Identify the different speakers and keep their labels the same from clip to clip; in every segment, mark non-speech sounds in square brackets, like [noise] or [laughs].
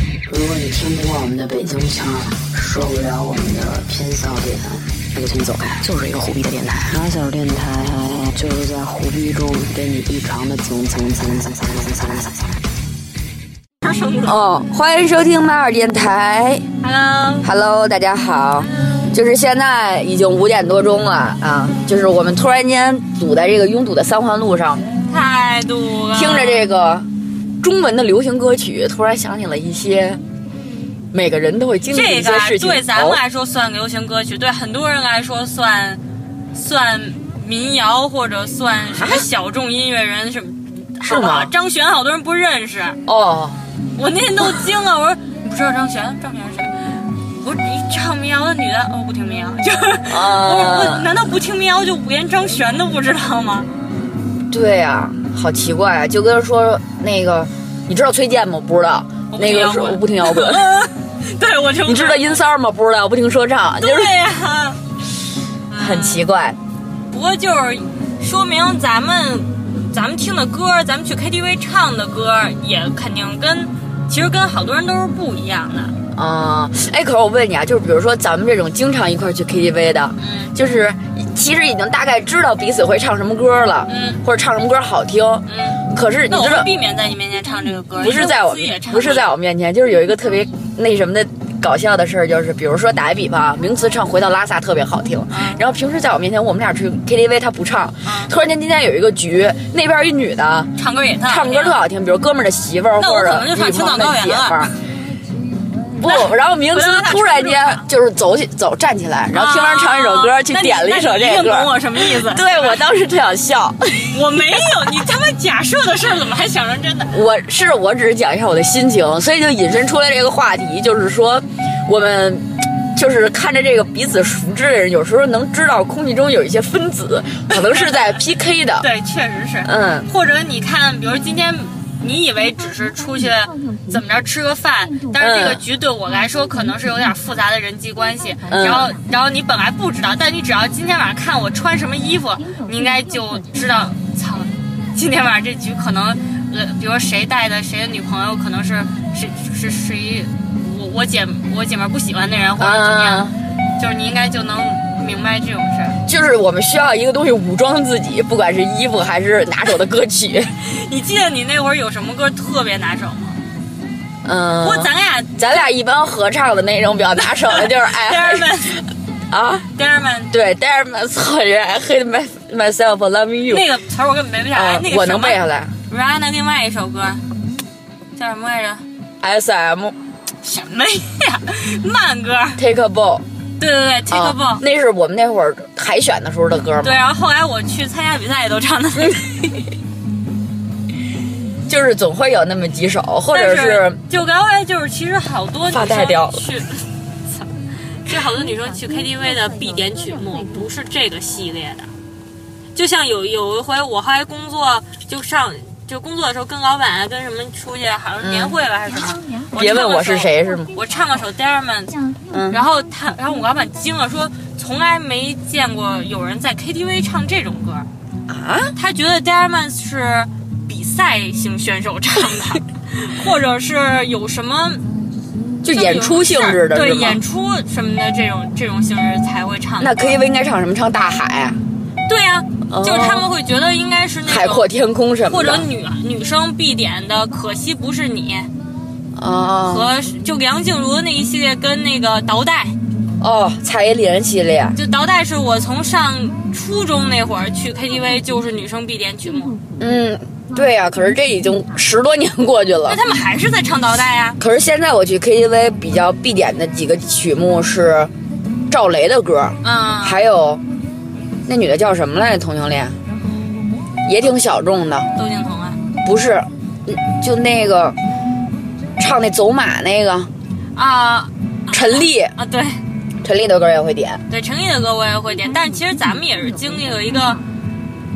Speaker 1: 只听不惯我们的北京腔，受不了我们的偏笑点，那就请你走开。就是一个虎逼的电台，傻小电台就是在虎逼中给你异常的蹭蹭蹭蹭蹭蹭蹭蹭蹭。
Speaker 2: 哦，欢迎收听马尔电台。
Speaker 3: Hello，
Speaker 2: Hello，大家好，就是现在已经五点多钟了啊，就是我们突然间堵在这个拥堵的三环路上，
Speaker 3: 太堵了。
Speaker 2: 听着这个中文的流行歌曲，突然想起了一些每个人都会经历的
Speaker 3: 这
Speaker 2: 一些
Speaker 3: 个，
Speaker 2: 事情。
Speaker 3: 对咱们
Speaker 2: 哦
Speaker 3: 来说算流行歌曲，对很多人来说算算民谣或者算什么小众音乐人什么。
Speaker 2: 啊是
Speaker 3: 好不好
Speaker 2: 吗
Speaker 3: 张悬好多人不认识，
Speaker 2: 哦，
Speaker 3: 我那天都惊了。我说你不知道张悬？张悬是谁？我说你唱民谣的女的，哦，不听民谣， [laughs] 就是、
Speaker 2: 啊
Speaker 3: 我说我难道不听民谣就连张悬都不知道吗？
Speaker 2: 对呀、好奇怪啊，就跟说那个，你知道崔健吗？不知道。
Speaker 3: 我不
Speaker 2: 那
Speaker 3: 听
Speaker 2: 个
Speaker 3: 摇
Speaker 2: 是
Speaker 3: 滚
Speaker 2: 我不听摇
Speaker 3: [laughs]
Speaker 2: 滚，
Speaker 3: 对，我就
Speaker 2: 你知道音三儿吗？不知道，我不听说唱，就是
Speaker 3: 对呀、
Speaker 2: 很奇怪。
Speaker 3: 不过就是说明咱们咱们听的歌，咱们去 KTV 唱的歌，也肯定跟其实跟好多人都是不一样的。
Speaker 2: 啊、哎，可是我问你啊，就是比如说咱们这种经常一块儿去 KTV 的，
Speaker 3: 嗯
Speaker 2: 就是其实已经大概知道彼此会唱什么歌了，
Speaker 3: 嗯
Speaker 2: 或者唱什么歌好听，
Speaker 3: 嗯，
Speaker 2: 可是你
Speaker 3: 那我
Speaker 2: 知
Speaker 3: 会
Speaker 2: 道
Speaker 3: 避免在你面前唱这个歌，
Speaker 2: 不是在
Speaker 3: 因为
Speaker 2: 我
Speaker 3: 我自己也唱，
Speaker 2: 不是在我面前，就是有一个特别那什么的搞笑的事儿，就是比如说打个比方啊，名词唱《回到拉萨》特别好听，
Speaker 3: 嗯
Speaker 2: 然后平时在我面前我们俩去 KTV 他不唱，突然间今天有一个局，那边一女的
Speaker 3: 唱歌也特
Speaker 2: 唱歌特好听，比如哥们儿的媳妇儿
Speaker 3: 哎那我
Speaker 2: 或者
Speaker 3: 可能
Speaker 2: 女朋友的
Speaker 3: 就上青藏高原
Speaker 2: 姐
Speaker 3: 了
Speaker 2: 夫
Speaker 3: [laughs]
Speaker 2: 儿。不，然后明
Speaker 3: 回头
Speaker 2: 思
Speaker 3: 咱俩
Speaker 2: 突然间
Speaker 3: 唱歌吧
Speaker 2: 就是走起走站起来，然后听完唱一首歌，
Speaker 3: 啊
Speaker 2: 去点了一首
Speaker 3: 那你那你
Speaker 2: 这
Speaker 3: 一定
Speaker 2: 个
Speaker 3: 懂
Speaker 2: 歌。
Speaker 3: 我什么意思？
Speaker 2: [laughs] 对我当时特想笑，
Speaker 3: 我没有，你他妈假设的事儿怎么还想成真的？
Speaker 2: 我是我只是讲一下我的心情，所以就引申出来这个话题，就是说我们。就是看着这个彼此熟知的人，有时候能知道空气中有一些分子可能是
Speaker 3: [laughs]
Speaker 2: 在 PK 的。
Speaker 3: 对，确实是。
Speaker 2: 嗯，
Speaker 3: 或者你看，比如今天你以为只是出去怎么着吃个饭，
Speaker 2: 嗯
Speaker 3: 但是这个局对我来说可能是有点复杂的人际关系。
Speaker 2: 嗯
Speaker 3: 然后，然后你本来不知道，但你只要今天晚上看我穿什么衣服，
Speaker 2: 嗯
Speaker 3: 你应该就知道，操，今天晚上这局可能，呃，比如谁带的谁的女朋友可能是谁是谁，我我姐我姐们不喜欢的人或者怎么样
Speaker 2: 啊，，
Speaker 3: 就是你应该就能明白这种事儿。
Speaker 2: 就是我们需要一个东西武装自己，不管是衣服还是拿手的歌曲。
Speaker 3: 你记得你那会儿有什么歌特别拿手吗？
Speaker 2: 嗯，
Speaker 3: 不过咱俩
Speaker 2: 咱俩一般合唱的那种比较拿手的就是
Speaker 3: [laughs] 爹
Speaker 2: 哎
Speaker 3: 儿们，
Speaker 2: 啊，
Speaker 3: 爹儿们，
Speaker 2: 对，Dare myself, I hate my- myself for loving you。
Speaker 3: 那个词儿我根本背不下来。哎
Speaker 2: 啊
Speaker 3: 那个，
Speaker 2: 我能背下
Speaker 3: 来。
Speaker 2: 来。
Speaker 3: Rihanna 另外一首歌叫什么来着？
Speaker 2: S M
Speaker 3: 什么呀？ [laughs] 慢歌。
Speaker 2: Take a Ball，
Speaker 3: 对对对，Take
Speaker 2: 啊
Speaker 3: a ball。
Speaker 2: 那是我们那会儿海选的时候的歌
Speaker 3: 对，
Speaker 2: 嘛，
Speaker 3: 然后后来我去参加比赛也都唱的。
Speaker 2: 嗯就是总会有那么几首，或者
Speaker 3: 但
Speaker 2: 是
Speaker 3: 就刚才就是，其实好多女
Speaker 2: 发
Speaker 3: 生
Speaker 2: 带掉了
Speaker 3: 去，操就好多女生去 KTV 的必点曲目不是这个系列的。就像有有一回，我后来工作就上就工作的时候，跟老板啊跟什么出去，好像是年会吧、还是什么，我
Speaker 2: 嗯别问
Speaker 3: 唱了
Speaker 2: 我是
Speaker 3: 首
Speaker 2: 谁是吗？
Speaker 3: 我唱了首《Diamond》，然后他，然后我老板惊了，说从来没见过有人在 KTV 唱这种歌啊！他觉得《Diamond》是比赛型选手唱
Speaker 2: [laughs]
Speaker 3: 的，或者是有什么
Speaker 2: 就演出性质的
Speaker 3: 对
Speaker 2: 是吗
Speaker 3: 演？出什么的这种这种性质才会唱
Speaker 2: 那
Speaker 3: 的。
Speaker 2: KTV 应该唱什么？唱大海啊、
Speaker 3: 对呀、
Speaker 2: 哦
Speaker 3: 就是他们会觉得应该是那种
Speaker 2: 海阔天空什么
Speaker 3: 或
Speaker 2: 的
Speaker 3: 者。女女生必点的，可惜不是你
Speaker 2: 哦
Speaker 3: 和就梁静茹那一系列跟那个倒带。
Speaker 2: 哦，蔡依林系列。
Speaker 3: 就倒带是我从上初中那会儿去 KTV 就是女生必点曲目，
Speaker 2: 嗯，对呀、可是这已经十多年过去了
Speaker 3: 那。他们还是在唱倒带啊呀、
Speaker 2: 可是现在我去 KTV 比较必点的几个曲目是赵雷的歌，
Speaker 3: 嗯，
Speaker 2: 还有那女的叫什么来着？同性恋，也挺小众的，
Speaker 3: 窦靖童啊，
Speaker 2: 不是？嗯就那个唱那走马那个
Speaker 3: 啊
Speaker 2: 陈粒，
Speaker 3: 啊，对
Speaker 2: 陈粒的歌也会点。
Speaker 3: 对，陈毅的歌我也会点，但其实咱们也是经历了一
Speaker 2: 嗯
Speaker 3: 个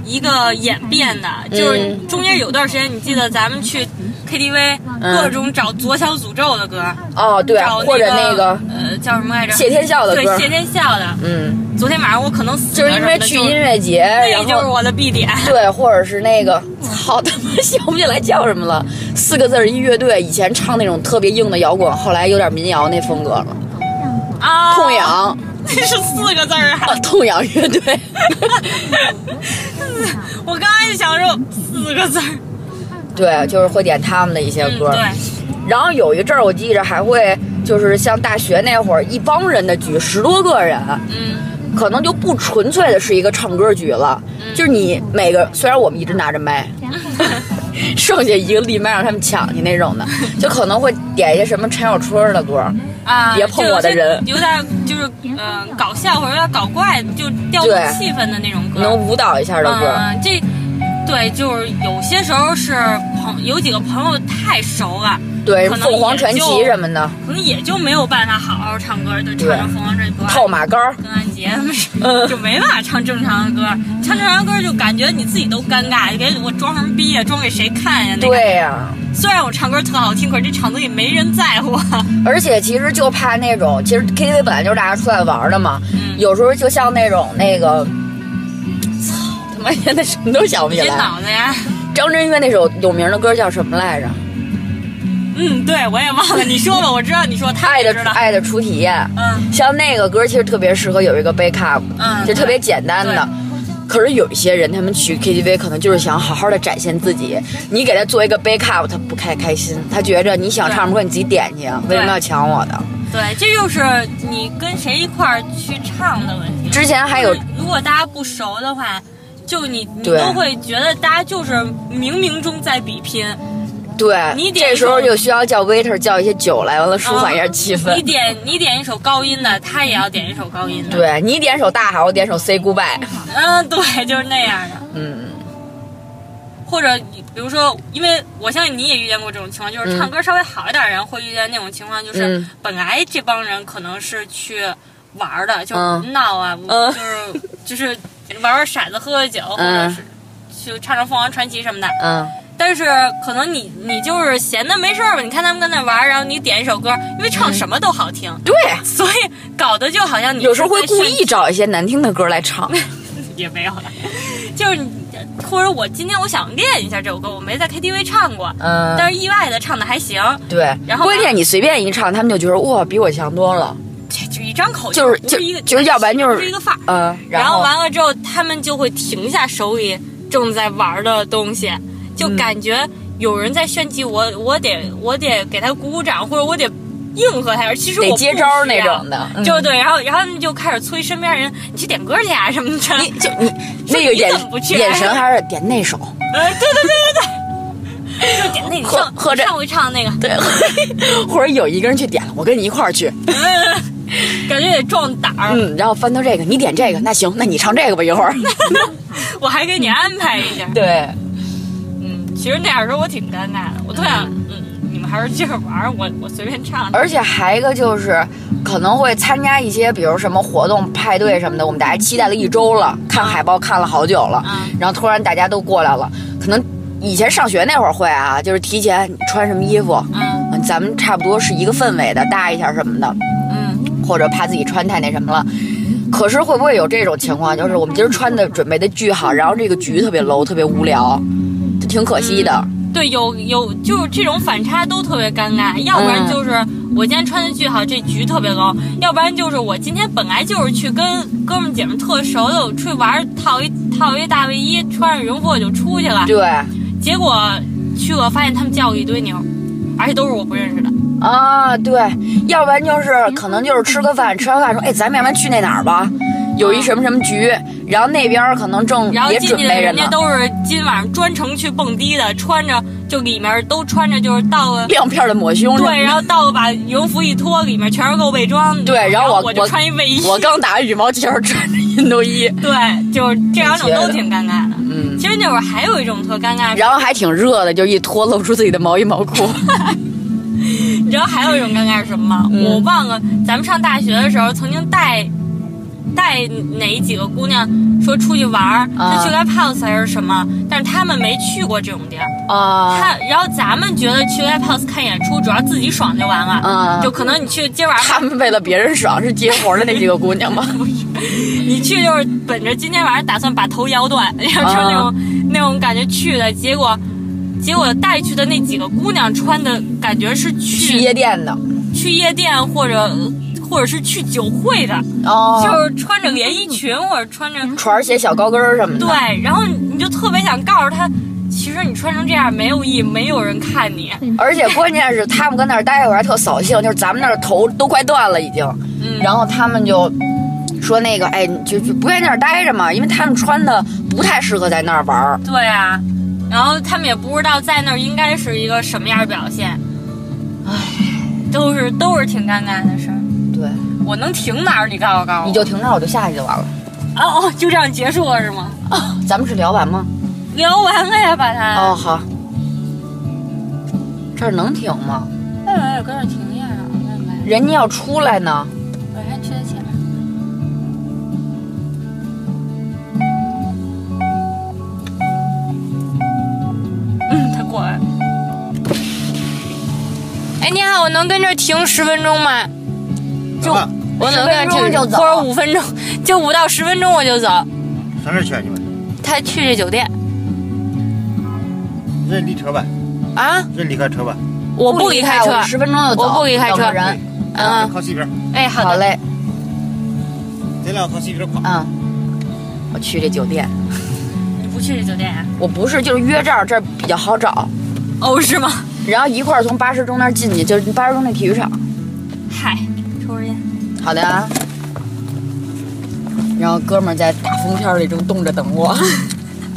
Speaker 3: 一个演变的，就是中间有段时间，你记得咱们去 KTV 各种找左小诅咒的歌，
Speaker 2: 哦，嗯对，
Speaker 3: 找
Speaker 2: 或者那
Speaker 3: 那
Speaker 2: 个，
Speaker 3: 呃叫什么来着？
Speaker 2: 谢天笑的歌
Speaker 3: 对，谢天笑的。
Speaker 2: 嗯，
Speaker 3: 昨天晚上我可能死
Speaker 2: 就
Speaker 3: 了
Speaker 2: 是因
Speaker 3: 什么
Speaker 2: 为
Speaker 3: 的
Speaker 2: 去
Speaker 3: 就
Speaker 2: 音乐节，然
Speaker 3: 那就是
Speaker 2: 后
Speaker 3: 我的必点。
Speaker 2: 对，或者是那个，操他妈想不起来叫什么了，四个字儿一乐队，以前唱那种特别硬的摇滚，后来有点民谣那风格了，
Speaker 3: 啊，
Speaker 2: 痛，痒，
Speaker 3: 这 [laughs] 是四个字儿啊！
Speaker 2: 啊痛痒乐队， [laughs]
Speaker 3: 我刚开始想说四个字儿，
Speaker 2: 对，就是会点他们的一些
Speaker 3: 嗯，
Speaker 2: 歌，
Speaker 3: 对，
Speaker 2: 然后有一阵儿，我记着还会就是像大学那会儿，一帮人的局，十多个人，
Speaker 3: 嗯，
Speaker 2: 可能就不纯粹的是一个唱歌局了。就是你每个，虽然我们一直拿着麦， [laughs] 剩下一个立麦让他们抢去那种
Speaker 3: [laughs]
Speaker 2: 的，就可能会点一些什么陈小春的歌，
Speaker 3: 啊，
Speaker 2: 别碰
Speaker 3: 就有
Speaker 2: 我的
Speaker 3: 些
Speaker 2: 人
Speaker 3: 有点就是嗯、呃搞笑或者有点搞怪，就调动
Speaker 2: 对
Speaker 3: 气氛的那种歌，
Speaker 2: 能舞蹈一下的
Speaker 3: 嗯、
Speaker 2: 歌。
Speaker 3: 这对，就是有些时候是朋有几个朋友太熟了，
Speaker 2: 对，
Speaker 3: 嗯可能
Speaker 2: 凤凰传
Speaker 3: 也
Speaker 2: 奇
Speaker 3: 就
Speaker 2: 什么的，
Speaker 3: 可能也就没有办法好好唱歌，就唱着凤凰这歌。
Speaker 2: 套马杆儿。
Speaker 3: 邓安杰他们是
Speaker 2: 嗯
Speaker 3: 就没办法唱正常的歌，唱正常的歌就感觉你自己都尴尬，给我装什么逼呀、装给谁看呀、那个，
Speaker 2: 对呀、
Speaker 3: 虽然我唱歌特好听，可是这场子也没人在乎。啊
Speaker 2: 而且其实就怕那种，其实 KTV 本来就是大家出来玩的嘛，
Speaker 3: 嗯
Speaker 2: 有时候就像那种那个，操他妈现在什么都想不起
Speaker 3: 这
Speaker 2: 来。
Speaker 3: 脑子呀，
Speaker 2: 张震岳那首有名的歌叫什么来着？
Speaker 3: 嗯，对我也忘了，你说吧，我知道你说，他
Speaker 2: [laughs] 爱
Speaker 3: 也
Speaker 2: 的
Speaker 3: 知道，
Speaker 2: 爱的初体验。
Speaker 3: 嗯
Speaker 2: 像那个歌其实特别适合有一个 backup，
Speaker 3: 嗯
Speaker 2: 就特别简单的。可是有一些人，他们去 KTV 可能就是想好好的展现自己，你给他做一个 backup，他不开开心，他觉着你想唱什么歌你自己点去，为什么要抢我的？
Speaker 3: 对，这就是你跟谁一块儿去唱的问题。
Speaker 2: 之前还有
Speaker 3: 如果大家不熟的话，就你你
Speaker 2: 对
Speaker 3: 都会觉得大家就是冥冥中在比拼，
Speaker 2: 对，
Speaker 3: 你点
Speaker 2: 这
Speaker 3: 一
Speaker 2: 时
Speaker 3: 首
Speaker 2: 候就需要叫 waiter 叫一些酒来，完了舒缓一下
Speaker 3: 嗯
Speaker 2: 气氛。
Speaker 3: 你点你点一首高音的，他也要点一首高音的。，
Speaker 2: 对你点首大海，我点首 Say
Speaker 3: [laughs]
Speaker 2: Goodbye。
Speaker 3: 嗯，对，就是那样的。
Speaker 2: 嗯，
Speaker 3: 或者比如说，因为我相信你也遇见过这种情况，就是唱歌稍微好一点的人会遇见那种情况，就是
Speaker 2: 嗯
Speaker 3: 本来这帮人可能是去玩儿的，就
Speaker 2: 嗯
Speaker 3: 是闹啊，
Speaker 2: 嗯
Speaker 3: 就是就是玩玩骰子、喝喝酒，或者
Speaker 2: 嗯
Speaker 3: 是去唱唱凤凰传奇什么的。
Speaker 2: 嗯，
Speaker 3: 但是可能你你就是闲的没事儿吧，你看他们跟那玩儿，然后你点一首歌，因为
Speaker 2: 嗯
Speaker 3: 唱什么都好听，
Speaker 2: 对，
Speaker 3: 所以搞得就好像你
Speaker 2: 有时候会
Speaker 3: 是在
Speaker 2: 故
Speaker 3: 炫
Speaker 2: 意找一些难听的歌来
Speaker 3: [laughs]
Speaker 2: 唱。
Speaker 3: 也没有了， [laughs] 就是你或者我今天我想练一下这首歌，我没在 KTV 唱过，
Speaker 2: 嗯，
Speaker 3: 但是意外的唱的还行，
Speaker 2: 对，
Speaker 3: 然后呢
Speaker 2: 关键你随便一唱，他们就觉得哇，比我强多了。
Speaker 3: 这就一张口
Speaker 2: 就是
Speaker 3: 不是一个，
Speaker 2: 就是要不然就是
Speaker 3: 不是一个范儿。
Speaker 2: 嗯，
Speaker 3: 然
Speaker 2: 后
Speaker 3: 完了之后，他们就会停下手里正在玩的东西，就感觉有人在炫技，我我得我得给他鼓鼓掌，或者我得应和他。其实
Speaker 2: 得
Speaker 3: 我
Speaker 2: 接
Speaker 3: 不
Speaker 2: 招儿
Speaker 3: 需
Speaker 2: 那
Speaker 3: 要
Speaker 2: 种的，嗯
Speaker 3: 就对，然后然后他们就开始催身边人，你去点歌去啊什么的。
Speaker 2: 嗯你就你那个
Speaker 3: 你
Speaker 2: 眼
Speaker 3: 怎么不去啊
Speaker 2: 眼神还是点那首，
Speaker 3: 哎， [laughs] 对对对
Speaker 2: [laughs]
Speaker 3: 对对，就点那个
Speaker 2: 喝
Speaker 3: 上
Speaker 2: 喝着
Speaker 3: 上回唱那个，
Speaker 2: 对，或者有一个人去点了，我跟你一块儿去，
Speaker 3: 感觉得壮胆儿。
Speaker 2: 嗯，然后翻到这个，你点这个，那行，那你唱这个吧，一
Speaker 3: [laughs]
Speaker 2: 会儿。
Speaker 3: 我还给你安排一下。
Speaker 2: [laughs] 对，
Speaker 3: 嗯，其实那样时候我挺尴尬的，我特想，嗯，你们还是接着玩儿，我我随便唱。
Speaker 2: 而且还一个就是，可能会参加一些，比如什么活动、派对什么的，我们大家期待了一周了，看海报看了好久了，
Speaker 3: 嗯
Speaker 2: 然后突然大家都过来了，可能以前上学那会儿会啊，就是提前你穿什么衣服，
Speaker 3: 嗯
Speaker 2: 嗯咱们差不多是一个氛围的，搭一下什么的，
Speaker 3: 嗯，
Speaker 2: 或者怕自己穿太那什么了。可是会不会有这种情况，就是我们今儿穿的准备的巨好，然后这个局特别 low，特别无聊，就挺可惜的。
Speaker 3: 嗯对，有有就是这种反差都特别尴尬，要不然就是我今天穿的巨好，这局特别高；要不然就是我今天本来就是去跟哥们姐们特熟的，我出去玩儿，套一套一大卫衣，穿上羽绒服我就出去了，
Speaker 2: 对
Speaker 3: 结果去了发现他们叫我一堆牛，而且都是我不认识的。
Speaker 2: 啊，对，要不然就是可能就是吃个饭，吃完饭
Speaker 3: 嗯
Speaker 2: 说，哎，咱们要不然去那哪儿吧，有一什么什么局，然后那边儿可能正
Speaker 3: 然后
Speaker 2: 也
Speaker 3: 进
Speaker 2: 准
Speaker 3: 去的
Speaker 2: 备着
Speaker 3: 人家
Speaker 2: 呢，
Speaker 3: 都是今晚上专程去蹦迪的，穿着就里面都穿着就是
Speaker 2: [laughs]
Speaker 3: 到了。
Speaker 2: [laughs] 亮片儿的抹胸什么的。
Speaker 3: 对，然后到了把羽绒服一脱，里面全是露背装。
Speaker 2: 对然
Speaker 3: 然
Speaker 2: 后我
Speaker 3: 我就
Speaker 2: 我
Speaker 3: 穿一卫衣。
Speaker 2: 我刚打完羽毛球，穿着运动衣，
Speaker 3: [laughs] 对，就是这两种都挺尴尬的。
Speaker 2: 嗯，
Speaker 3: 其实那会儿还有一种特尴尬，
Speaker 2: 然后还挺热的，就一脱露出自己的毛衣毛裤。
Speaker 3: [laughs]
Speaker 2: 嗯
Speaker 3: 你知道还有一种尴尬是什么吗？我忘了，咱们上大学的时候曾经带带哪几个姑娘说出去玩儿，
Speaker 2: 啊
Speaker 3: 就去 live house 还是什么，但是他们没去过这种地儿。
Speaker 2: 啊，
Speaker 3: 看，然后咱们觉得去 live house 看演出，主要自己爽就完了。
Speaker 2: 嗯
Speaker 3: 就可能你去今晚
Speaker 2: 他们为了别人爽是接活的那几个姑
Speaker 3: [laughs]
Speaker 2: 娘吗？
Speaker 3: 你去就是本着今天晚上打算把头摇断，然后就是那种、
Speaker 2: 嗯
Speaker 3: 那种感觉去的，结果结果带去的那几个姑娘穿的感觉是
Speaker 2: 去
Speaker 3: 去
Speaker 2: 夜店的
Speaker 3: 去夜店或者或者是去酒会的，
Speaker 2: 哦就
Speaker 3: 就是是穿着连衣裙或者穿着
Speaker 2: 船鞋、小高跟儿什么的。
Speaker 3: 对，然后你就特别想告诉她，其实你穿成这样没有意义，没有人看你。
Speaker 2: 而且关键是他们跟那儿待一会儿还特扫兴，就是咱们那儿头都快断了已经，
Speaker 3: 嗯
Speaker 2: 然后他们就说那个哎，就就不愿意在那儿待着嘛，因为他们穿的不太适合在那儿玩儿。
Speaker 3: 对啊，然后他们也不知道在那儿应该是一个什么样的表现，唉，都是都是挺尴尬的事儿。
Speaker 2: 对，
Speaker 3: 我能停哪儿？你告诉我，告诉我。
Speaker 2: 你就停那儿，我就下去就完了。
Speaker 3: 哦哦，就这样结束了是吗？
Speaker 2: 咱们是聊完吗？
Speaker 3: 聊完了呀，啊把它。
Speaker 2: 哦，好，这儿能停吗？
Speaker 3: 哎，哎我跟这儿停一下啊，那没了
Speaker 2: 人家要出来呢。
Speaker 3: 我先去他前面。嗯，他过来了。哎，你好，我能跟这儿停十分钟吗？就
Speaker 4: 啊
Speaker 3: 我能跟这
Speaker 2: 十
Speaker 3: 儿
Speaker 2: 分钟就
Speaker 3: 停，
Speaker 2: 走
Speaker 3: 或者五分钟， [laughs] 就五到十分钟我就走。
Speaker 4: 上这儿去啊你们？
Speaker 3: 他去这酒店
Speaker 4: 认离车吧，
Speaker 3: 啊，
Speaker 4: 认离开车吧。
Speaker 3: 我不离开车，
Speaker 2: 十分钟就走，
Speaker 3: 我不离开车
Speaker 2: 等个人。
Speaker 3: 嗯
Speaker 4: 啊靠西边，
Speaker 3: 哎，好
Speaker 2: 好
Speaker 3: 的，
Speaker 2: 嘞，
Speaker 4: 咱俩靠西边跑。
Speaker 2: 嗯，我去这酒店，
Speaker 3: 你不去这酒店啊？
Speaker 2: 我不是就是约这儿，这儿比较好找。
Speaker 3: 哦，是吗？
Speaker 2: 然后一块儿从八十中那儿进去，就是八十中那体育场。
Speaker 3: 嗨，抽根烟。
Speaker 2: 好的啊。然后哥们儿在大风天儿里正冻着等我，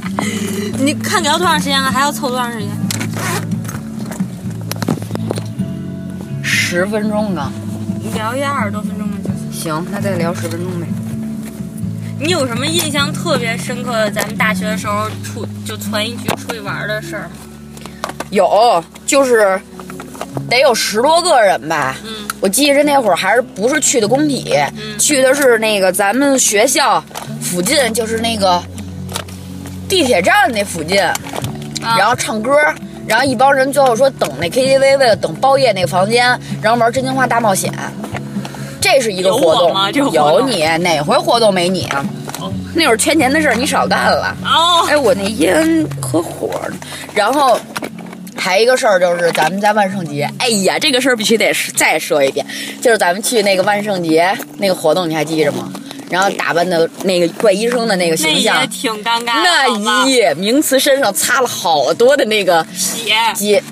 Speaker 2: [laughs]
Speaker 3: 你看聊多长时间了？还要凑多长时间？
Speaker 2: 十分钟呢。
Speaker 3: 你聊一二十多分钟吧，就是。
Speaker 2: 行，那再聊十分钟呗。
Speaker 3: 你有什么印象特别深刻的？咱们大学的时候出就攒一局出去玩的事儿吗？
Speaker 2: 有，就是得有十多个人吧。
Speaker 3: 嗯
Speaker 2: 我记着那会儿还是不是去的工体，
Speaker 3: 嗯
Speaker 2: 去的是那个咱们学校附近，就是那个地铁站那附近，
Speaker 3: 啊
Speaker 2: 然后唱歌。然后一帮人最后说等那 KTV，为了等包夜那个房间，然后玩真心话大冒险，这是一个
Speaker 3: 有
Speaker 2: 活
Speaker 3: 我
Speaker 2: 动。
Speaker 3: 吗这个活
Speaker 2: 有
Speaker 3: 动
Speaker 2: 你哪回活动没你啊？
Speaker 3: 哦
Speaker 2: 那会儿圈钱的事儿你少干了。
Speaker 3: 哦，
Speaker 2: 哎，我那烟可火呢。然后还一个事儿就是咱们在万圣节，哎呀，这个事儿必须得是再说一遍，就是咱们去那个万圣节那个活动，你还记着吗？然后打扮的那个怪医生的那个
Speaker 3: 那
Speaker 2: 形象
Speaker 3: 也，挺尴尬的，
Speaker 2: 那
Speaker 3: 好吧
Speaker 2: 一夜名词身上擦了好多的那个
Speaker 3: 血
Speaker 2: 睫，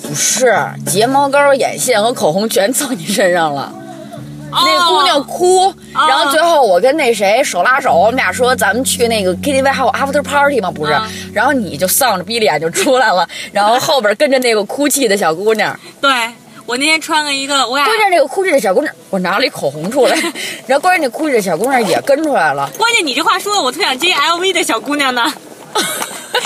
Speaker 2: 不是睫毛膏、眼线和口红全蹭你身上了。那
Speaker 3: 哦
Speaker 2: 姑娘哭，然后最后我跟那谁手拉手，我们俩说咱们去那个 KTV 还有 after party 嘛，不是？
Speaker 3: 啊
Speaker 2: 然后你就丧着逼脸就出来了，然后后边跟着那个哭泣的小姑娘，
Speaker 3: 对我那天穿了一个，我俩
Speaker 2: 关键那个哭泣的小姑娘，我拿了一口红出来，然后关键那哭泣的小姑娘也跟出来了，
Speaker 3: 关键你这话说的，我特想接 LV 的小姑娘呢。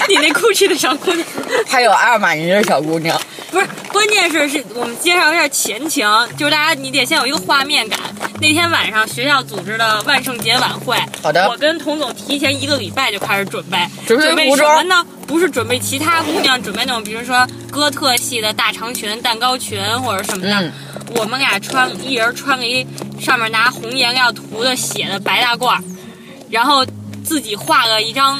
Speaker 3: 你那哭泣的小姑娘，
Speaker 2: 还有阿尔玛尼的小姑娘，
Speaker 3: 不是，关键是是我们介绍一下前情，就是大家你得先有一个画面感。那天晚上学校组织的万圣节晚会，
Speaker 2: 好的
Speaker 3: 我跟童总提前一个礼拜就开始准备，
Speaker 2: 准备
Speaker 3: 备
Speaker 2: 服
Speaker 3: 什
Speaker 2: 装
Speaker 3: 么呢？不是准备其他姑娘，准备那种比如说哥特系的大长裙、蛋糕裙或者什么的。
Speaker 2: 嗯
Speaker 3: 我们俩穿一人穿个一上面拿红颜料涂的血的白大褂儿，然后自己画了一张。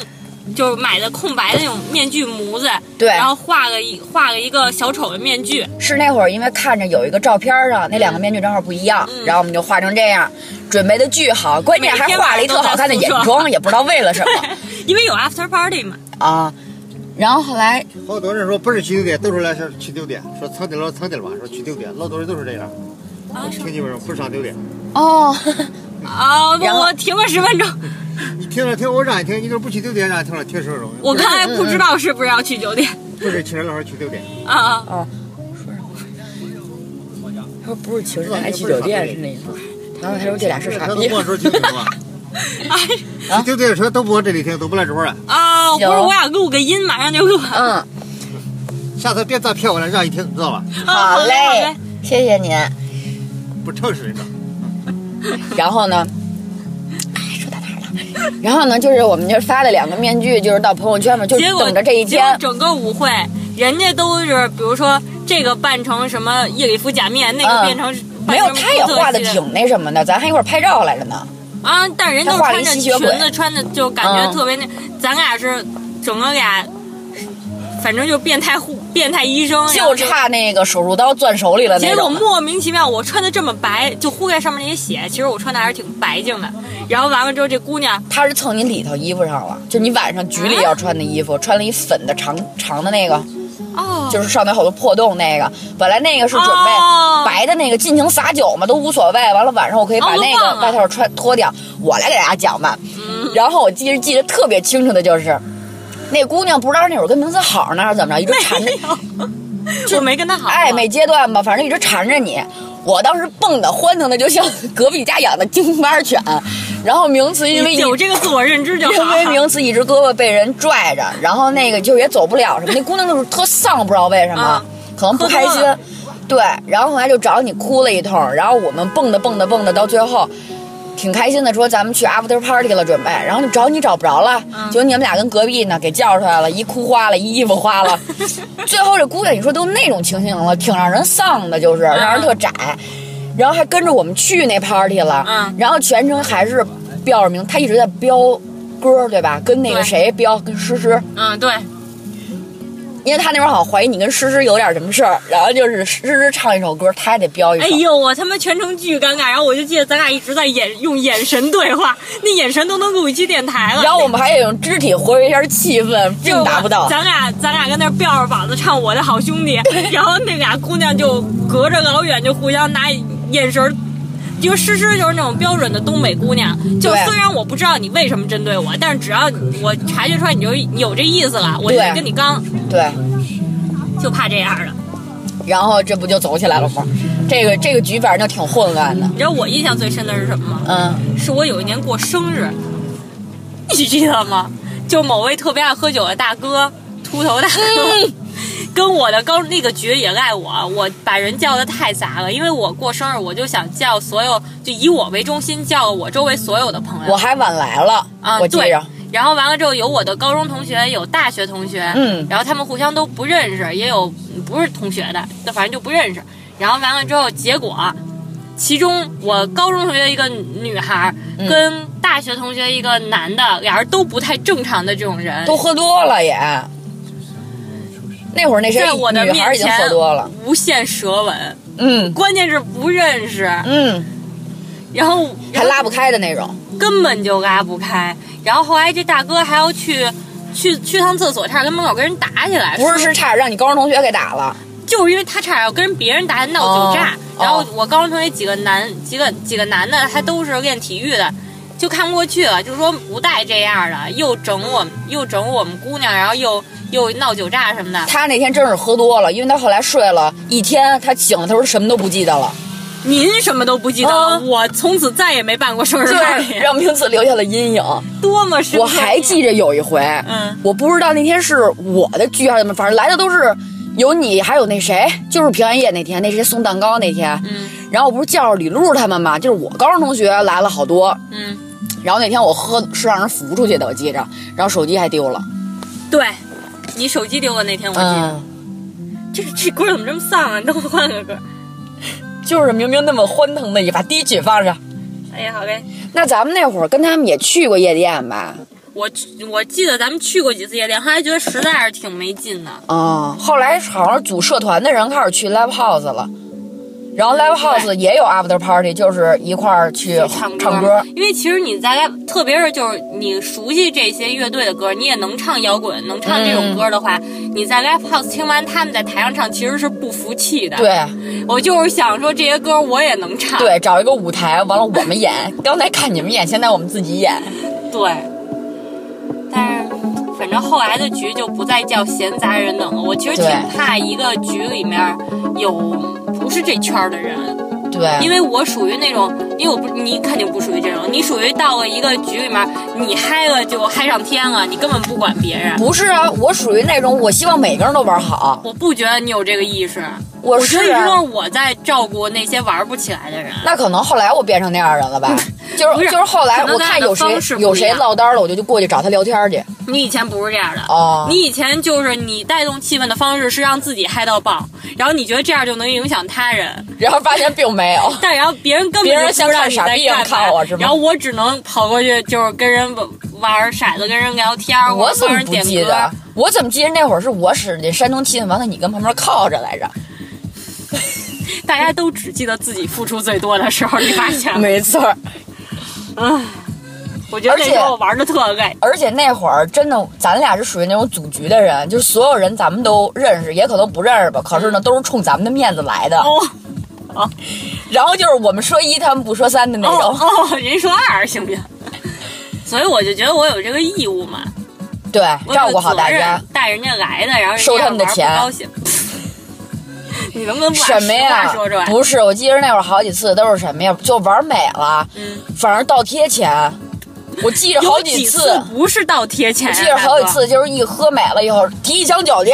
Speaker 3: 就是买的空白的那种面具模子，
Speaker 2: 对
Speaker 3: 然后画了一画了一个小丑的面具， [laughs]
Speaker 2: 是那会儿因为看着有一个照片上那两个面具正好不一样，然后我们就画成这样，准备的巨好，关键还画了一特好看的眼妆，也不知道为了什
Speaker 3: [laughs]
Speaker 2: 么。
Speaker 3: 因为有 after party 嘛。
Speaker 2: 啊。然后后来
Speaker 4: 好多人说不是去酒店，都是来是去酒店，说蹭点了蹭点吧，说去酒店，老多人都是这样。
Speaker 3: 啊是吗
Speaker 4: 听你们说不上酒店，
Speaker 2: 哦，
Speaker 3: 啊，
Speaker 2: 然后
Speaker 3: 我停了十分
Speaker 2: 嗯
Speaker 3: 钟，
Speaker 4: 你听着听着我让你听，你就是不去酒店让你听着听十分
Speaker 2: 嗯
Speaker 4: 钟。
Speaker 3: 我刚才不知道是不是要去酒店
Speaker 4: 不是请人老是去酒店，
Speaker 3: 啊啊，
Speaker 2: [laughs] 他说不是情人还去酒店是那意思。然后他说这俩是傻
Speaker 4: 他都
Speaker 2: 逼
Speaker 4: 不。往说去酒店吧，去酒店的车都不往这里听，都不来这块儿。
Speaker 3: 啊啊！不是，
Speaker 2: 有
Speaker 3: 我想录个音，马上就录完。
Speaker 2: [laughs] 嗯，
Speaker 4: 下次别再骗我了，让你听，知道吧？
Speaker 3: 啊
Speaker 2: 好
Speaker 3: 嘞， [laughs] 好
Speaker 2: 嘞，谢谢您。
Speaker 4: 不诚实，你知道。
Speaker 2: 然后呢，
Speaker 3: [laughs]
Speaker 2: 然后呢，就是我们就发了两个面具，就是到朋友圈嘛，就
Speaker 3: 结果
Speaker 2: 等着这一天。
Speaker 3: 整个舞会，人家都是比如说这个扮成什么夜里夫假面，那
Speaker 2: 嗯
Speaker 3: 个变成
Speaker 2: 没
Speaker 3: 扮
Speaker 2: 有，
Speaker 3: 成
Speaker 2: 他也
Speaker 3: 工作
Speaker 2: 画的
Speaker 3: 系列
Speaker 2: 挺那什么的，咱还一块儿拍照来着呢。
Speaker 3: 啊，但人都
Speaker 2: 他
Speaker 3: 是
Speaker 2: 画了
Speaker 3: 穿着
Speaker 2: 一吸血
Speaker 3: 裙
Speaker 2: 鬼
Speaker 3: 子，穿的就感
Speaker 2: 嗯
Speaker 3: 觉特别那，咱俩是整个俩，反正就变态护变态医生，然
Speaker 2: 就
Speaker 3: 后就
Speaker 2: 差那个手术刀攥手里了那
Speaker 3: 哦结果
Speaker 2: 种。
Speaker 3: 莫名其妙，我穿的这么白，就覆盖上面那些血。其实我穿的还是挺白净的。然后完了之后，这姑娘
Speaker 2: 他是蹭你里头衣服上了，就你晚上局里
Speaker 3: 啊
Speaker 2: 要穿的衣服，穿了一粉的长长的那个，
Speaker 3: 哦，
Speaker 2: 就是上面好多破洞那个。本来那个是准备
Speaker 3: 哦
Speaker 2: 白的那个尽情撒酒嘛，都无所谓。完了晚上我可以把
Speaker 3: 哦
Speaker 2: 那
Speaker 3: 我
Speaker 2: 个
Speaker 3: 忘了嗯
Speaker 2: 外套穿脱掉，我来给大家讲吧。然后我记着记得特别清楚的就是，那姑娘不知道是那会儿跟明子好呢还是怎么着，一直缠着
Speaker 3: 没有，我没跟她好
Speaker 2: 暧昧阶段吧，反正一直缠着你。我当时蹦的欢腾的，就像隔壁家养的京巴犬。然后名词因为一
Speaker 3: 有这个自我认知
Speaker 2: [laughs]
Speaker 3: 就
Speaker 2: 因
Speaker 3: 好。 [laughs]
Speaker 2: 为名词一只胳膊被人拽着，然后那个就也走不了什么。那姑娘就是特丧，不知道为什么，
Speaker 3: 啊
Speaker 2: 可能不开
Speaker 3: 喝
Speaker 2: 心
Speaker 3: 多了。
Speaker 2: 对，然后后来就找你哭了一通，然后我们蹦的蹦的蹦的，到最后挺开心的，说咱们去 after party 了，准备。然后就找你找不着了，
Speaker 3: 嗯
Speaker 2: 结果你们俩跟隔壁呢给叫出来了，一哭花了，一衣服花
Speaker 3: [laughs]
Speaker 2: 了。最后这姑娘，你说都那种情形了，挺让人丧的，就是
Speaker 3: 嗯
Speaker 2: 让人特窄。然后还跟着我们去那 party 了，
Speaker 3: 嗯
Speaker 2: 然后全程还是标着名，他一直在标歌，对吧？跟那个
Speaker 3: 对
Speaker 2: 谁标，跟诗诗，
Speaker 3: 嗯，对，
Speaker 2: 因为他那会儿好像怀疑你跟诗诗有点什么事儿，然后就是诗诗唱一首歌，他也得标一首。
Speaker 3: 哎呦，我他妈全程巨尴尬。然后我就记得咱俩一直在眼用眼神对话，那眼神都能录一期电台了。
Speaker 2: 然后我们还得用肢体活跃一下气氛，
Speaker 3: 就
Speaker 2: 并达不到。
Speaker 3: 咱俩咱俩跟那儿吊着膀子唱《我的好兄弟》，
Speaker 2: [laughs]
Speaker 3: 然后那俩姑娘就隔着老远就互相拿眼神儿。就诗诗就是那种标准的东北姑娘，就
Speaker 2: 对
Speaker 3: 虽然我不知道你为什么针对我，但是只要我察觉出来你就你有这意思了，我就
Speaker 2: 对
Speaker 3: 跟你刚，
Speaker 2: 对，
Speaker 3: 就怕这样的。
Speaker 2: 然后这不就走起来了吗？这个这个局反正就挺混乱的。
Speaker 3: 你知道我印象最深的是什么吗？
Speaker 2: 嗯，
Speaker 3: 是我有一年过生日，你记得吗？就某位特别爱喝酒的大哥，秃头大哥， [laughs] 跟我的高那个局也赖我，我把人叫的太杂了，因为我过生日我就想叫所有，就以我为中心叫我周围所有的朋
Speaker 2: 我
Speaker 3: 友。
Speaker 2: 还晚来了，
Speaker 3: 啊，
Speaker 2: 我记
Speaker 3: 对
Speaker 2: 着。。
Speaker 3: 然后完了之后，有我的高中同学，有大学同学，
Speaker 2: 嗯
Speaker 3: 然后他们互相都不认识，也有不是同学的，就反正就不认识。然后完了之后，结果其中我高中同学一个女孩、
Speaker 2: 嗯
Speaker 3: 跟大学同学一个男的，俩人都不太正常的这种人，
Speaker 2: 都喝多了也。那会儿那谁
Speaker 3: 在我的
Speaker 2: 女孩
Speaker 3: 面
Speaker 2: 儿已经喝
Speaker 3: 前
Speaker 2: 多了，
Speaker 3: 无限舌吻，
Speaker 2: 嗯
Speaker 3: 关键是不认识，
Speaker 2: 嗯，
Speaker 3: 然后
Speaker 2: 还拉不
Speaker 3: 开，
Speaker 2: 开的那种。
Speaker 3: 根本就拉不开。然后后来这大哥还要去。去去趟厕所，差点跟门口跟人打起来。
Speaker 2: 不是
Speaker 3: 说
Speaker 2: 是差点让你高中同学给打了，
Speaker 3: 就是因为他差点要跟别人打闹酒炸，
Speaker 2: 哦
Speaker 3: 然后
Speaker 2: 哦
Speaker 3: 我高中同学几个男几个几个男的，他都是练体育的，就看不过去了，就说不带这样的，又整我们又整我们姑娘，然后又又闹酒炸什么的。
Speaker 2: 他那天真是喝多了，因为他后来睡了一天，他醒了，他说什么都不记得了，
Speaker 3: 您什么都不记得了，
Speaker 2: 嗯
Speaker 3: 我从此再也没办过生日派
Speaker 2: 对，
Speaker 3: 对，
Speaker 2: 让名字留下了阴影。
Speaker 3: 多么深刻。
Speaker 2: 我还记着有一回，
Speaker 3: 嗯
Speaker 2: 我不知道那天是我的剧还是怎么，反正来的都是有你，还有那谁，就是平安夜那天，那谁送蛋糕那天，
Speaker 3: 嗯
Speaker 2: 然后我不是叫着李璐他们嘛，就是我高中同学来了好多，
Speaker 3: 嗯，
Speaker 2: 然后那天我喝是让人扶出去的，我记着，然后手机还丢了，
Speaker 3: 对。你手机丢了那天，我记得。
Speaker 2: 嗯，
Speaker 3: 这这歌怎么这么丧啊？等我换个歌。
Speaker 2: 就是明明那么欢腾的一把，把第一曲放上。
Speaker 3: 哎呀，好嘞。
Speaker 2: 那咱们那会儿跟他们也去过夜店吧？
Speaker 3: 我我记得咱们去过几次夜店，后来觉得实在是挺没劲的。
Speaker 2: 嗯，后来好像组社团的人开始去 live house 了，然后 live
Speaker 3: 对
Speaker 2: house 也有 after party，就是一块儿去
Speaker 3: 唱
Speaker 2: 呃唱
Speaker 3: 歌
Speaker 2: 歌，
Speaker 3: 因为其实你在，特别是就是你熟悉这些乐队的歌，你也能唱摇滚，能唱这
Speaker 2: 嗯
Speaker 3: 种歌的话，你在 live house 听完他们在台上唱，其实是不服气的。，
Speaker 2: 对
Speaker 3: 我就是想说这些歌我也能唱。
Speaker 2: 对，找一个舞台，完了我们演。 [laughs] 刚才看你们演，现在我们自己演。
Speaker 3: 对但是反正后来的局就不再叫闲杂人等了。我其实挺
Speaker 2: 对
Speaker 3: 怕一个局里面有不是这圈儿的人，
Speaker 2: 对，
Speaker 3: 因为我属于那种，因为我不，你肯定不属于这种，你属于到了一个局里面，你嗨了就嗨上天了，你根本不管别人。
Speaker 2: 不是啊，我属于那种我希望每个人都玩好。
Speaker 3: 我不觉得你有这个意识，
Speaker 2: 我
Speaker 3: 我
Speaker 2: 是
Speaker 3: 真
Speaker 2: 啊
Speaker 3: 希望我在照顾那些玩不起来的人。
Speaker 2: 那可能后来我变成那样人了 [laughs] 吧？就
Speaker 3: 不
Speaker 2: 是
Speaker 3: 是
Speaker 2: 就是后来我看有
Speaker 3: 可能大家的
Speaker 2: 谁
Speaker 3: 方式不一样
Speaker 2: 有谁落单了，我就就过去找他聊天去。
Speaker 3: 你以前不是这样的
Speaker 2: 哦
Speaker 3: 你以前就是你带动气氛的方式是让自己嗨到爆，然后你觉得这样就能影响他人，
Speaker 2: 然后发现并没有。
Speaker 3: 但然后别人根本
Speaker 2: 别人
Speaker 3: 就不知道
Speaker 2: 像
Speaker 3: 你
Speaker 2: 傻
Speaker 3: 在
Speaker 2: 逼一样
Speaker 3: 干嘛
Speaker 2: 看我是吗
Speaker 3: 然后我只能跑过去，就是跟人玩玩骰子，跟人聊天，或
Speaker 2: 我
Speaker 3: 者
Speaker 2: 怎
Speaker 3: 帮
Speaker 2: 么
Speaker 3: 人
Speaker 2: 不
Speaker 3: 点
Speaker 2: 记
Speaker 3: 歌
Speaker 2: 得。？我怎么记得那会儿是我使劲煽动气氛，完了你跟旁边靠着
Speaker 3: [laughs]
Speaker 2: 来着？
Speaker 3: 大家都只记得自己付出最多的时候，你发现吗？
Speaker 2: 没错儿，
Speaker 3: 我觉得
Speaker 2: 而
Speaker 3: 那
Speaker 2: 且
Speaker 3: 时候我玩的特累。
Speaker 2: 而且那会儿真的，咱俩是属于那种组局的人，就是所有人咱们都认识，也可能不认识吧，可是呢都是冲咱们的面子来的。
Speaker 3: 嗯哦
Speaker 2: 然后就是我们说一，他们不说三的那种。
Speaker 3: 哦哦，人说二行不行？所以我就觉得我有这个义务嘛，
Speaker 2: 对，
Speaker 3: 我有
Speaker 2: 照顾好大
Speaker 3: 责
Speaker 2: 家
Speaker 3: 任。，带人家来的，然后人家
Speaker 2: 收他们的钱
Speaker 3: 玩不高兴。 [laughs] 你能不能把
Speaker 2: 什么
Speaker 3: 实
Speaker 2: 呀
Speaker 3: 话说出来？？
Speaker 2: 不是，我记着那会儿好几次都是什么呀，就玩美了，
Speaker 3: 嗯，
Speaker 2: 反正倒贴钱。我记着好
Speaker 3: 有几
Speaker 2: 次，
Speaker 3: 不是倒贴钱
Speaker 2: 我
Speaker 3: 啊，
Speaker 2: 记着好几
Speaker 3: 大哥。
Speaker 2: 次就是一喝美了以后提一箱酒去，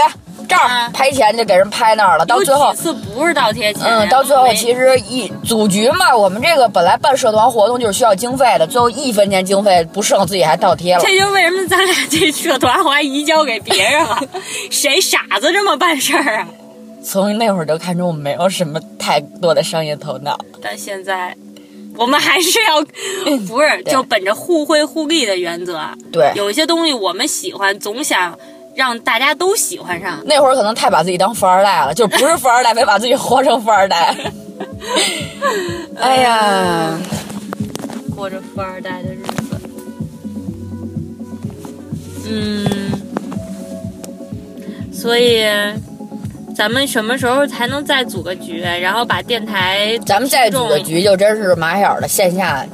Speaker 2: 这儿
Speaker 3: 嗯
Speaker 2: 拍钱就给人拍那儿了，到
Speaker 3: 有
Speaker 2: 最后
Speaker 3: 几。次不是倒贴钱啊，
Speaker 2: 嗯，到最后
Speaker 3: 没
Speaker 2: 其实一组局嘛，我们这个本来办社团活动就是需要经费的，最后一分钱经费不剩，自己还倒贴了。
Speaker 3: 这就为什么咱俩这社团我还移交给别人了，谁傻子这么办事儿啊？
Speaker 2: 从那会儿就看出我没有什么太多的商业头脑。
Speaker 3: 但现在我们还是要，不是
Speaker 2: 嗯对
Speaker 3: 就本着互惠互利的原则啊，
Speaker 2: 对，
Speaker 3: 有一些东西我们喜欢，总想让大家都喜欢上。
Speaker 2: 那会儿可能太把自己当富二代了，就不是富二代，没把自己活成富二
Speaker 3: [laughs]
Speaker 2: 代。哎呀，
Speaker 3: 过着富二代的日子。嗯，所以咱们什么时候才能再组个局，然后把电台
Speaker 2: [laughs] 咱们再组个局就真是马小的线下，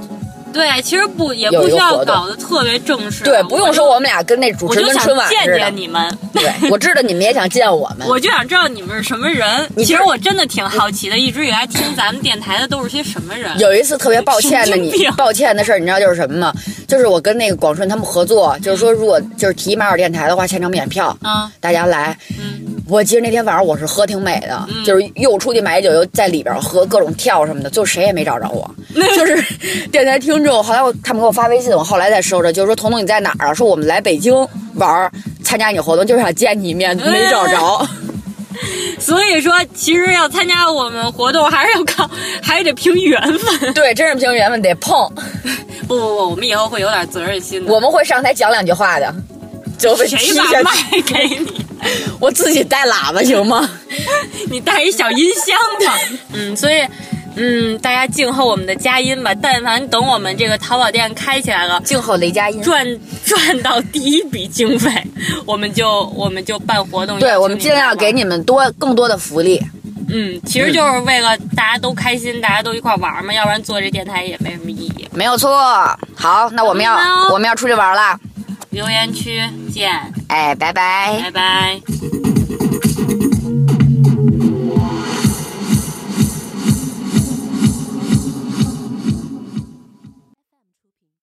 Speaker 3: 对，其实不也
Speaker 2: 有
Speaker 3: 不
Speaker 2: 一个
Speaker 3: 需要
Speaker 2: 活动
Speaker 3: 搞得特别正式，啊
Speaker 2: 对，不用说我们俩跟那主
Speaker 3: 我
Speaker 2: 持
Speaker 3: 就，我
Speaker 2: 跟
Speaker 3: 就
Speaker 2: 春
Speaker 3: 想
Speaker 2: 晚似
Speaker 3: 见
Speaker 2: 的。
Speaker 3: 见你们。
Speaker 2: 对，我知道你们也想见我们。
Speaker 3: 我就想知道你们是什么人。
Speaker 2: 嗯你
Speaker 3: 其
Speaker 2: 知
Speaker 3: 实我真的挺好奇的，一直以来听咱们电台的都是些什么人。
Speaker 2: 有一次特别抱歉的
Speaker 3: 神经
Speaker 2: 你
Speaker 3: 病，
Speaker 2: 抱歉的事儿，你知道就是什么吗？就是我跟那个广顺他们合作，就是说如果就是提马尔电台的话，现场免票，
Speaker 3: 啊，
Speaker 2: 大家来。
Speaker 3: 嗯
Speaker 2: 我记得那天晚上我是喝挺美的，就是又出去买酒，又在里边喝各种跳什么的，就谁也没找着我。就是电台听众，后来我他们给我发微信，我后来才收着，就是说彤彤你在哪儿啊？说我们来北京玩儿，参加你活动，就是想见你一面，没找着。
Speaker 3: 所以说其实要参加我们活动，还是要靠，还是得凭缘
Speaker 2: [laughs]
Speaker 3: 分。
Speaker 2: 对，真是凭缘分得碰。
Speaker 3: 不不不，我们以后会有点责任心的。
Speaker 2: 我们会上台讲两句话的，就被踢
Speaker 3: 谁
Speaker 2: 下
Speaker 3: 把
Speaker 2: 去。
Speaker 3: 麦给你？
Speaker 2: [laughs]
Speaker 3: [laughs]
Speaker 2: 我自己带喇叭行吗？
Speaker 3: 你带一小音箱吧。嗯，所以。嗯，大家静候我们的佳音吧。但凡等我们这个淘宝店开起来了，
Speaker 2: 静候雷佳音。
Speaker 3: 赚赚到第一笔经费，我们就我们就办活动。
Speaker 2: 对，我们尽量给
Speaker 3: 你。
Speaker 2: 你们多更多的福利。
Speaker 3: 嗯，其实就是为了大家都开心，大家都一块玩嘛，要不然做这电台也没什么意义。
Speaker 2: 没有错。好，那我们要
Speaker 3: 好
Speaker 2: 我们要出去玩了。
Speaker 3: 留言区见，
Speaker 2: 哎，拜拜。
Speaker 3: 拜拜。